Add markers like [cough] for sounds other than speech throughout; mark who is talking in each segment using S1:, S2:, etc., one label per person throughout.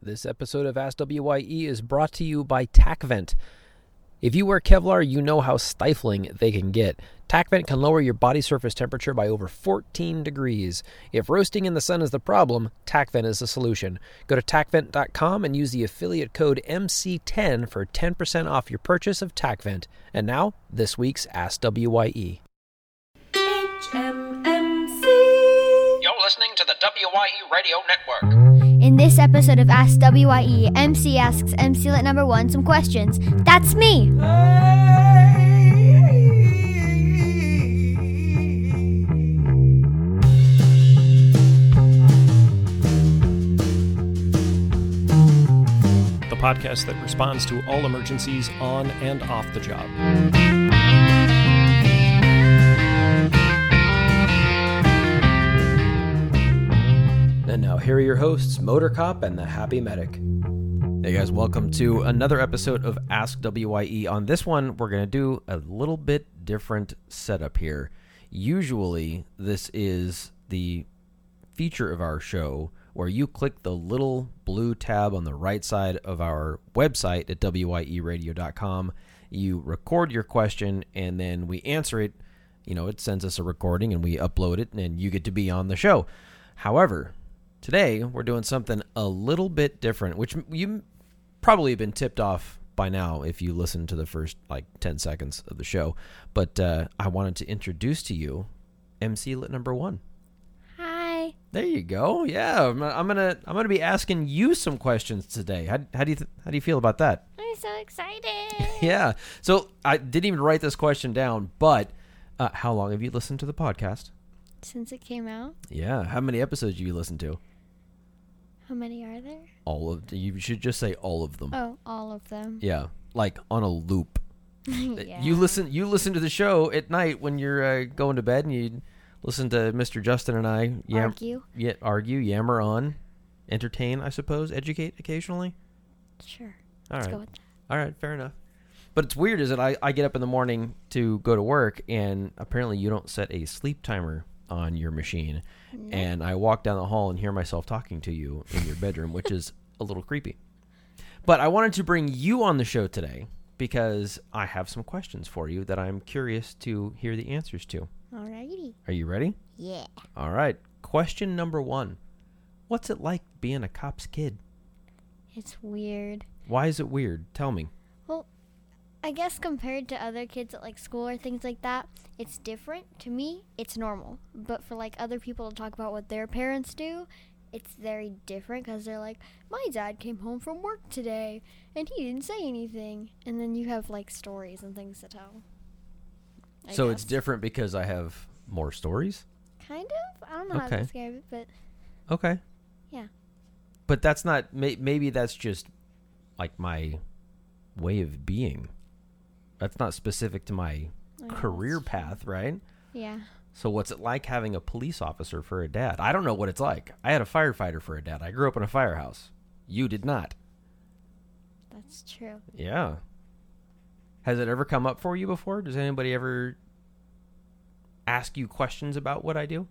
S1: This episode of Ask WYE is brought to you by TacVent. If you wear Kevlar, you know how stifling they can get. TacVent can lower your body surface temperature by over 14 degrees. If roasting in the sun is the problem, TacVent is the solution. Go to tacvent.com and use the affiliate code MC10 for 10% off your purchase of TacVent. And now, this week's Ask E. WYE.
S2: HMMC.
S1: You're listening to the WYE Radio Network.
S3: In this episode of Ask WYE, MC asks MClet number one some questions. That's me!
S4: the podcast that responds to all emergencies on and off the job.
S1: And now here are your hosts, Motor Cop and the Happy Medic. Hey guys, welcome to another episode of Ask WYE. On this one, we're going to do a little bit different setup here. Usually, this is the feature of our show where you click the little blue tab on the right side of our website at E wyeradio.com. You record your question and then we answer it. You know, it sends us a recording and we upload it and you get to be on the show. However, today we're doing something a little bit different, which m- you m- probably have been tipped off by now if you listen to the first like 10 seconds of the show. But uh, I wanted to introduce to you MC Lit number one.
S3: Hi.
S1: There you go. Yeah, I'm, I'm gonna I'm gonna be asking you some questions today. How, how do you th- how do you feel about that?
S3: I'm so excited.
S1: [laughs] Yeah. So I didn't even write this question down, but uh, how long have you listened to the podcast?
S3: Since it came out,
S1: Yeah. How many episodes have you listened to?
S3: how many are there?
S1: All of you should just say all of them.
S3: Oh, all of them.
S1: Yeah, like on a loop. Eh, [laughs]
S3: yeah.
S1: You listen you listen to the show at night when you're uh, going to bed, and you listen to Mr. Justin and I yam-
S3: Argue.
S1: yeah, argue, yammer on, entertain, I suppose, educate occasionally.
S3: Sure.
S1: All
S3: Let's
S1: right.
S3: go with that.
S1: All right, fair enough. But it's weird is that I, I get up in the morning to go to work, and apparently you don't set a sleep timer on your machine. And I walk down the hall and hear myself talking to you in your bedroom, which is a little creepy. But I wanted to bring you on the show today because I have some questions for you that I'm curious to hear the answers to.
S3: Alrighty.
S1: Are you ready?
S3: Yeah.
S1: All right. Question number one What's it like being a cop's kid?
S3: It's weird.
S1: Why is it weird? Tell me.
S3: Well, I guess compared to other kids at like school or things like that, it's different. To me, it's normal. But for like other people to talk about what their parents do, it's very different because they're like, my dad came home from work today and he didn't say anything. And then you have like stories and things to tell. I
S1: so it's
S3: guess.
S1: different because I have more stories?
S3: Kind of? I don't know how
S1: Okay.
S3: to describe it, but
S1: Okay.
S3: yeah.
S1: But that's not. May, maybe that's just like my way of being. That's not specific to my
S3: I guess.
S1: career path, right?
S3: Yeah.
S1: So what's it like having a police officer for a dad? I don't know what it's like. I had a firefighter for a dad. I grew up in a firehouse. You did not.
S3: That's true.
S1: Yeah. Has it ever come up for you before? Does anybody ever ask you questions about what I do?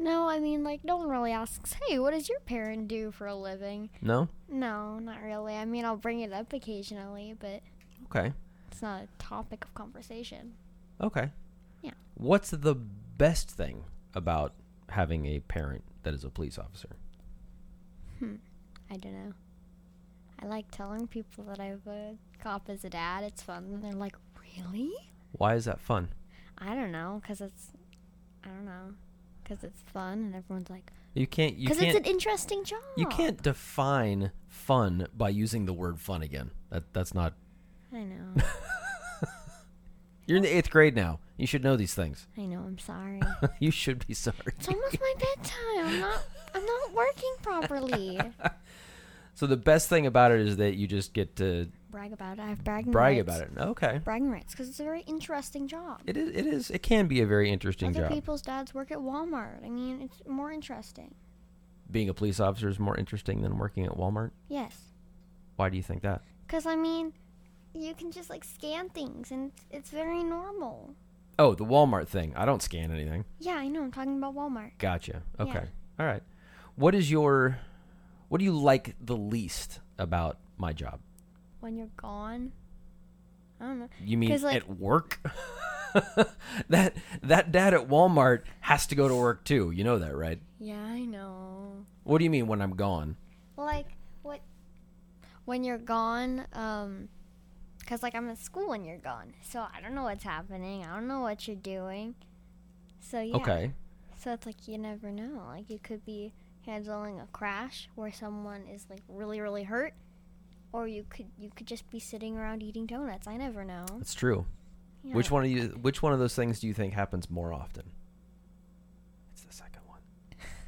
S3: No, I mean, like, no one really asks, hey, what does your parent do for a living?
S1: No.
S3: No, not really. I mean, I'll bring it up occasionally, but
S1: Okay.
S3: it's not a topic of conversation.
S1: Okay.
S3: Yeah.
S1: What's the best thing about having a parent that is a police officer?
S3: I don't know. I like telling people that I have a cop as a dad. It's fun. And they're like, really?
S1: Why is that fun?
S3: I don't know, because it's, I don't know, because it's fun, and everyone's like,
S1: You can't. You
S3: because it's
S1: can't.
S3: an interesting job.
S1: you can't define fun by using the word fun again. That that's not.
S3: I know.
S1: [laughs] You're in the eighth grade now. You should know these things. [laughs]
S3: I know. I'm sorry.
S1: you should be sorry.
S3: It's almost my bedtime. I'm not. I'm not working
S1: [laughs]
S3: properly.
S1: [laughs] So the best thing about it is that you just get to
S3: Brag about it. I have bragging
S1: brag
S3: rights.
S1: about it. Okay.
S3: Bragging rights, because it's a very interesting job.
S1: It is. It is. It can be a very interesting
S3: Other
S1: job.
S3: people's dads work at Walmart. I mean, it's more interesting.
S1: Being a police officer is more interesting than working at Walmart.
S3: Yes.
S1: Why do you think that?
S3: Because, I mean, you can just, like, scan things, and it's, it's very normal.
S1: Oh, the Walmart thing. I don't scan anything.
S3: Yeah, I know. I'm talking about Walmart.
S1: Gotcha. Okay.
S3: Yeah.
S1: All right. What is your What do you like the least about my job?
S3: when you're gone. I don't know.
S1: You mean
S3: 'Cause, like-
S1: at work? [laughs] that that dad at Walmart has to go to work too. You know that, right?
S3: Yeah, I know.
S1: What do you mean when I'm gone?
S3: Like what? When you're gone, um, cause like I'm at school when you're gone, so I don't know what's happening. I don't know what you're doing. So yeah.
S1: Okay.
S3: So it's like you never know. Like you could be handling a crash where someone is like really really hurt, or you could you could just be sitting around eating donuts. I never know.
S1: That's true.
S3: Yeah.
S1: Which one of you which one of those things do you think happens more often? It's the second one.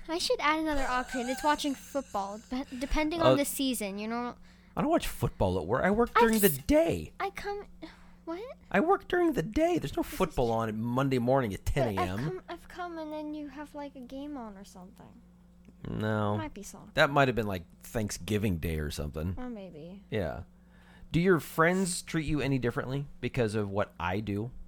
S3: I should add another octane. It's watching football, dep- depending
S1: Uh,
S3: on the season. You know,
S1: I don't watch football at work. I work
S3: I
S1: during the
S3: just-
S1: day.
S3: I come. What?
S1: I work during the day. There's no football on at Monday morning at 10
S3: But I've
S1: a.m.
S3: come, I've come, and then you have like a game on or something.
S1: No.
S3: Might be soccer.
S1: That might have been like Thanksgiving Day or something.
S3: Or maybe.
S1: Yeah. Do your friends treat you any differently because of what I do? [laughs]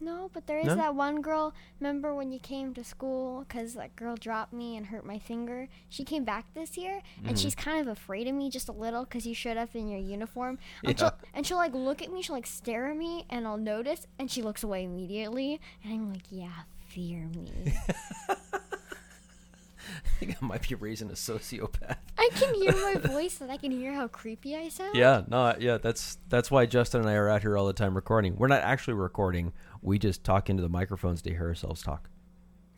S3: No, but there is
S1: No?
S3: that one girl. Remember when you came to school? Because that girl dropped me and hurt my finger. She came back this year,
S1: Mm-hmm.
S3: and she's kind of afraid of me just a little because you showed up in
S1: [laughs]
S3: your uniform. And, she'll, and she'll like look at me, she'll like stare at me, and I'll notice, and she looks away immediately. And I'm like, yeah, fear
S1: [laughs]
S3: me.
S1: I think I might be raising a sociopath.
S3: I can hear my voice, and I can hear how creepy I sound.
S1: Yeah, no, yeah, that's that's why Justin and I are out here all the time recording. We're not actually recording. We just talk into the microphones to hear ourselves talk.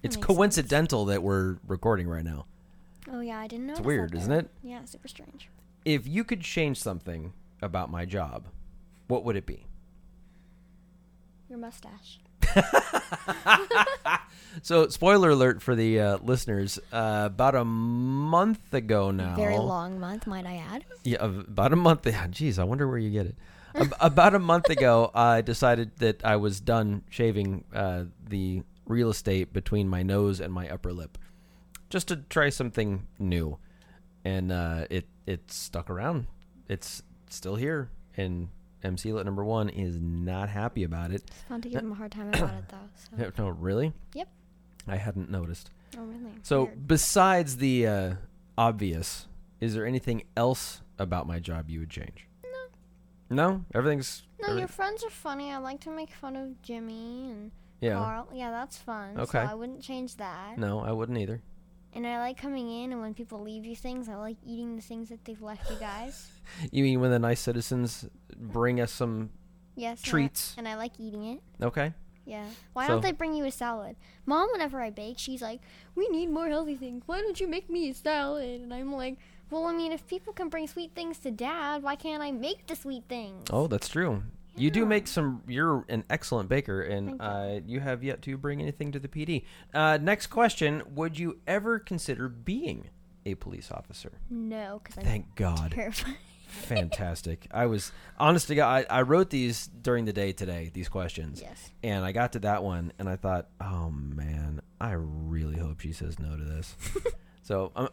S1: It's
S3: makes sense.
S1: coincidental that we're recording right now.
S3: Oh yeah, I didn't know.
S1: It's weird, isn't it?
S3: Yeah, super strange.
S1: If you could change something about my job, what would it be?
S3: Your mustache.
S1: So, spoiler alert for the uh, listeners. Uh, about a month ago now,
S3: Very long month, might I add.
S1: Yeah, av- about a month. Yeah, geez, I wonder where you get it. Ab- [laughs] about a month ago, I decided that I was done shaving uh, the real estate between my nose and my upper lip, just to try something new, and uh, it it stuck around. It's still here, and MC Lit Number One is not happy about it.
S3: It's fun to give him a hard time about it though. So.
S1: [laughs] No, really,
S3: Oh. Yep.
S1: I hadn't noticed.
S3: Oh really?
S1: So,
S3: Weird.
S1: besides the uh, obvious, is there anything else about my job you would change? No. No, everything's.
S3: No, your
S1: everything-
S3: friends are funny. I like to make fun of Jimmy and
S1: yeah.
S3: Carl. Yeah, that's fun.
S1: Okay. Mm.
S3: So I wouldn't change that.
S1: No, I wouldn't either.
S3: And I like coming in and when people leave you things, I like eating the things that they've left you guys.
S1: You mean when the nice citizens bring us some?
S3: Yes. and I-
S1: Treats.
S3: And I, like eating it.
S1: Okay.
S3: Yeah. Why
S1: So-
S3: don't they bring you a salad? Mom, whenever I bake, she's like, "We need more healthy things. Why don't you make me a salad?" And I'm like, "Well, I mean, if people can bring sweet things to Dad, why can't I make the sweet things?"
S1: Oh, that's true. You do
S3: Yeah.
S1: make some. You're an excellent baker, and
S3: Thank you.
S1: uh, you have yet to bring anything to the PD. Uh, next question: Would you ever consider being a police officer?
S3: No, because I'm
S1: Thank God.
S3: terrified. [laughs]
S1: Fantastic. I was honest to God. I, I wrote these during the day today. These questions.
S3: yes.
S1: And I got to that one, and I thought, oh man, I really hope she says no to
S3: [laughs]
S1: this. so I'm,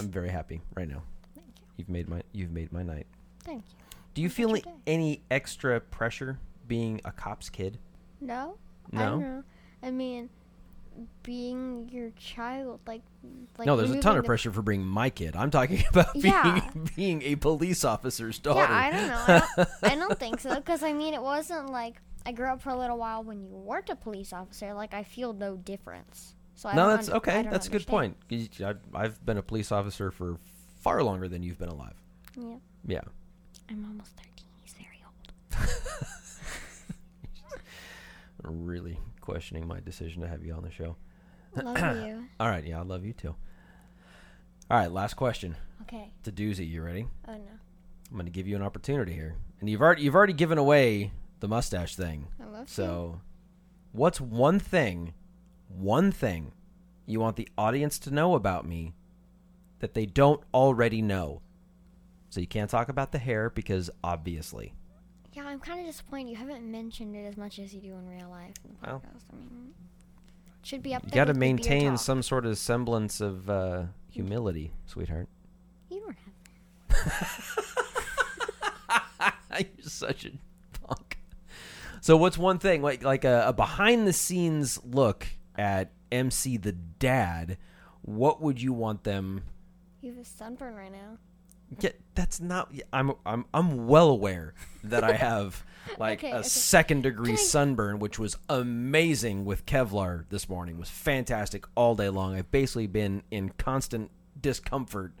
S1: I'm very happy right now.
S3: Thank you.
S1: You've made my you've made my night.
S3: Thank you.
S1: Do you
S3: How's
S1: feel
S3: your
S1: any,
S3: day?
S1: any extra pressure being a cop's kid?
S3: No. I
S1: No?
S3: don't know. I mean, being your child, like, like
S1: no, there's a ton
S3: moving
S1: of
S3: the-
S1: pressure for bringing my kid. I'm talking [laughs] about
S3: Yeah.
S1: being being a police officer's daughter.
S3: Yeah, I don't know. I don't, I don't
S1: [laughs]
S3: think so because I mean, it wasn't like I grew up for a little while when you weren't a police officer. Like I feel no difference. So I
S1: no,
S3: don't
S1: that's
S3: under- I
S1: okay.
S3: don't
S1: That's a good
S3: understand.
S1: point. 'Cause I- I've been a police officer for far longer than you've been alive.
S3: Yeah,
S1: Yeah.
S3: I'm almost thirteen. He's very old.
S1: Really questioning my decision to have you on the show. [clears throat]
S3: Love you.
S1: All right, yeah, I love you too. All right, last question.
S3: Okay.
S1: It's a doozy. You ready?
S3: Oh no,
S1: I'm going to give you an opportunity here, and you've already you've already given away the mustache thing.
S3: I love you.
S1: So, what's one thing, one thing, you want the audience to know about me that they don't already know? So you can't talk about the hair because obviously.
S3: Yeah, I'm kind of disappointed you haven't mentioned it as much as you do in real life in the
S1: Well.
S3: podcast. I mean, should be up.
S1: You
S3: there
S1: got to
S3: with the beer
S1: maintain
S3: talk.
S1: some sort of semblance of uh, humility, sweetheart.
S3: You don't have.
S1: [laughs] You're such a punk. So, what's one thing like like a, a behind the scenes look at MC the Dad? What would you want them
S3: You have a sunburn right now.
S1: Yeah, that's not. yeah, I'm I'm I'm well aware that I
S3: [laughs]
S1: have like
S3: Okay,
S1: a
S3: okay.
S1: second degree
S3: Can I-
S1: sunburn, which was amazing with Kevlar this morning. was fantastic all day long. I've basically been in constant discomfort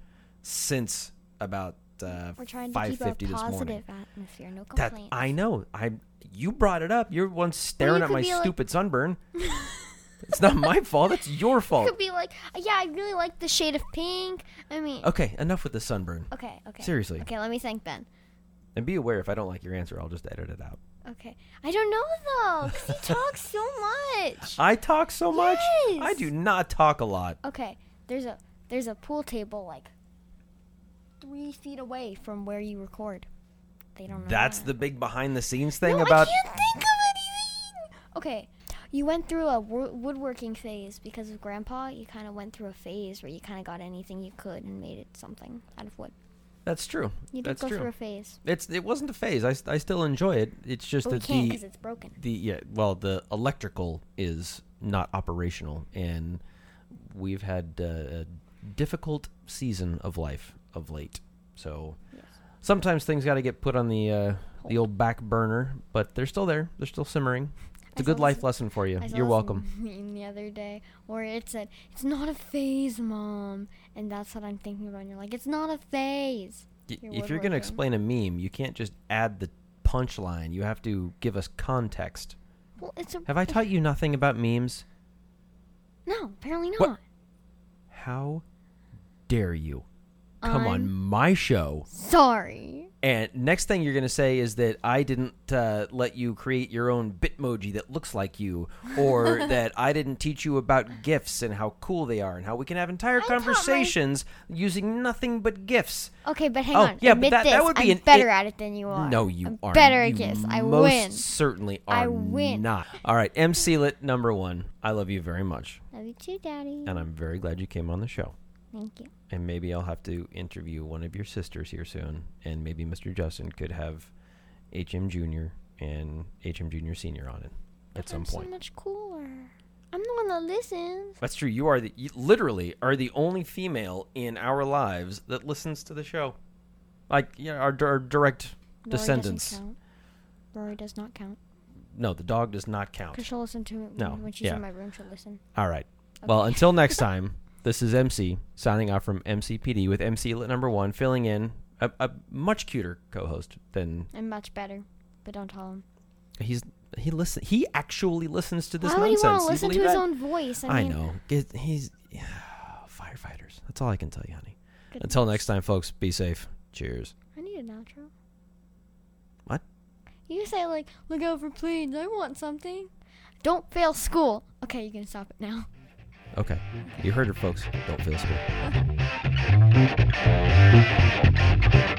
S1: since about uh,
S3: We're trying to
S1: five
S3: keep a
S1: fifty this
S3: positive
S1: morning.
S3: atmosphere. No
S1: That
S3: complaints.
S1: I know. I you brought it up. You're the one staring at
S3: could
S1: my
S3: be like-
S1: stupid
S3: [laughs]
S1: sunburn. it's not my fault. It's your fault.
S3: could be like, yeah, I really like the shade of pink. I mean,
S1: Okay, enough with the sunburn.
S3: okay, okay.
S1: Oh, Seriously.
S3: Okay, let me thank Ben.
S1: And be aware if I don't like your answer, I'll just edit it out.
S3: Okay, I don't know though, 'cause
S1: [laughs]
S3: he talks so much.
S1: I talk so much. I
S3: Yes.
S1: do not talk a lot.
S3: Okay, there's a there's a pool table like three feet away from where you record. They don't know.
S1: That's
S3: that.
S1: the big behind the scenes thing
S3: No,
S1: about
S3: I can't think of anything. Okay, you went through a wo- woodworking phase because of Grandpa. You kind of went through a phase where you kind of got anything you could and made it something out of wood.
S1: That's true.
S3: You did
S1: That's
S3: go
S1: true.
S3: through a phase,
S1: It's it wasn't a phase. I, s- I still enjoy it. It's just
S3: but we
S1: that
S3: Oh, can't because
S1: the
S3: it's broken.
S1: the yeah, well, the electrical is not operational and we've had uh, a difficult season of life of late. So sometimes things got to get put on the uh, the old back burner, but they're still there. They're still simmering. It's
S3: I
S1: a good
S3: saw
S1: life
S3: this-
S1: lesson for you.
S3: I saw
S1: You're
S3: this
S1: welcome.
S3: meme the other day where it said, "It's not a phase, Mom," and that's what I'm thinking about. And you're like, "It's not a phase."
S1: Y-
S3: your
S1: if you're going to
S3: woodworking.
S1: explain a meme, you can't just add the punchline. You have to give us context.
S3: Well, it's a.
S1: Have I taught you nothing about memes?
S3: No, apparently not.
S1: What? How dare you come on
S3: I'm
S1: my show?
S3: Sorry.
S1: And next thing you're going to say is that I didn't uh, let you create your own Bitmoji that looks like you,
S3: [laughs]
S1: or that I didn't teach you about GIFs and how cool they are, and how we can have entire
S3: I taught my-
S1: conversations using nothing but GIFs.
S3: Okay, but hang
S1: Oh,
S3: on.
S1: yeah, but
S3: Admit
S1: that-
S3: this.
S1: that would be
S3: I'm
S1: an
S3: better
S1: it-
S3: at it than you are.
S1: No, you
S3: I'm
S1: aren't.
S3: Better at
S1: You
S3: this. I
S1: most
S3: win.
S1: Certainly are
S3: I win.
S1: not. All right, MC Lit number one. I love you very much,
S3: Love you too, Daddy.
S1: and I'm very glad you came on the show.
S3: Thank you.
S1: And maybe I'll have to interview one of your sisters here soon, and maybe Mr. Justin could have HM Junior and HM Junior Senior on it at some
S3: I'm so
S1: point.
S3: much cooler. I'm the one that listens.
S1: That's true. You are the you literally are the only female in our lives that listens to the show, like you know, our, our direct
S3: Rory
S1: descendants.
S3: Doesn't count. Rory does not count.
S1: No, the dog does not count.
S3: Because she'll listen to it
S1: No,
S3: when she's
S1: yeah.
S3: in my room. She'll listen.
S1: All right. Well, until next time, this is MC signing off from MCPD with MC Lit Number One, filling in a, a much cuter co-host than
S3: I'm much better. But don't tell him.
S1: he's. He listen. He actually listens to this
S3: Why would he
S1: nonsense.
S3: want to
S1: You
S3: listen to
S1: believe
S3: his
S1: that?
S3: own voice?
S1: I,
S3: I, mean,
S1: know. Get- He's [sighs] firefighters. That's all I can tell you, honey. Until next time, folks. Be safe. Cheers.
S3: I need an outro.
S1: What?
S3: You say like, look out for planes. I want something. Don't fail school. Okay, you can stop it now.
S1: Okay. You heard it, folks. Don't feel school.